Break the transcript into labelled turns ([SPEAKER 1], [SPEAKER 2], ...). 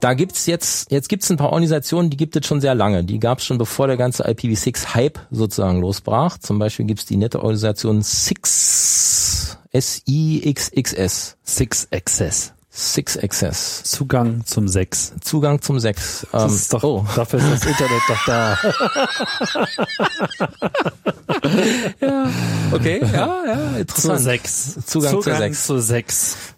[SPEAKER 1] da gibt's jetzt, jetzt gibt's ein paar Organisationen, die gibt es schon sehr lange. Die gab's schon bevor der ganze IPv6-Hype sozusagen losbrach. Zum Beispiel gibt's die nette Organisation Six, S-I-X-X-S.
[SPEAKER 2] Six Access.
[SPEAKER 1] Six Access.
[SPEAKER 2] Zugang zum Sex.
[SPEAKER 1] Zugang zum Sex.
[SPEAKER 2] Das
[SPEAKER 1] Ähm,
[SPEAKER 2] ist doch,
[SPEAKER 1] oh,
[SPEAKER 2] Dafür ist das Internet doch da.
[SPEAKER 1] okay, ja, ja,
[SPEAKER 2] Zu
[SPEAKER 1] interessant.
[SPEAKER 2] Sex.
[SPEAKER 1] Zugang zu Sex.
[SPEAKER 2] zu Sex.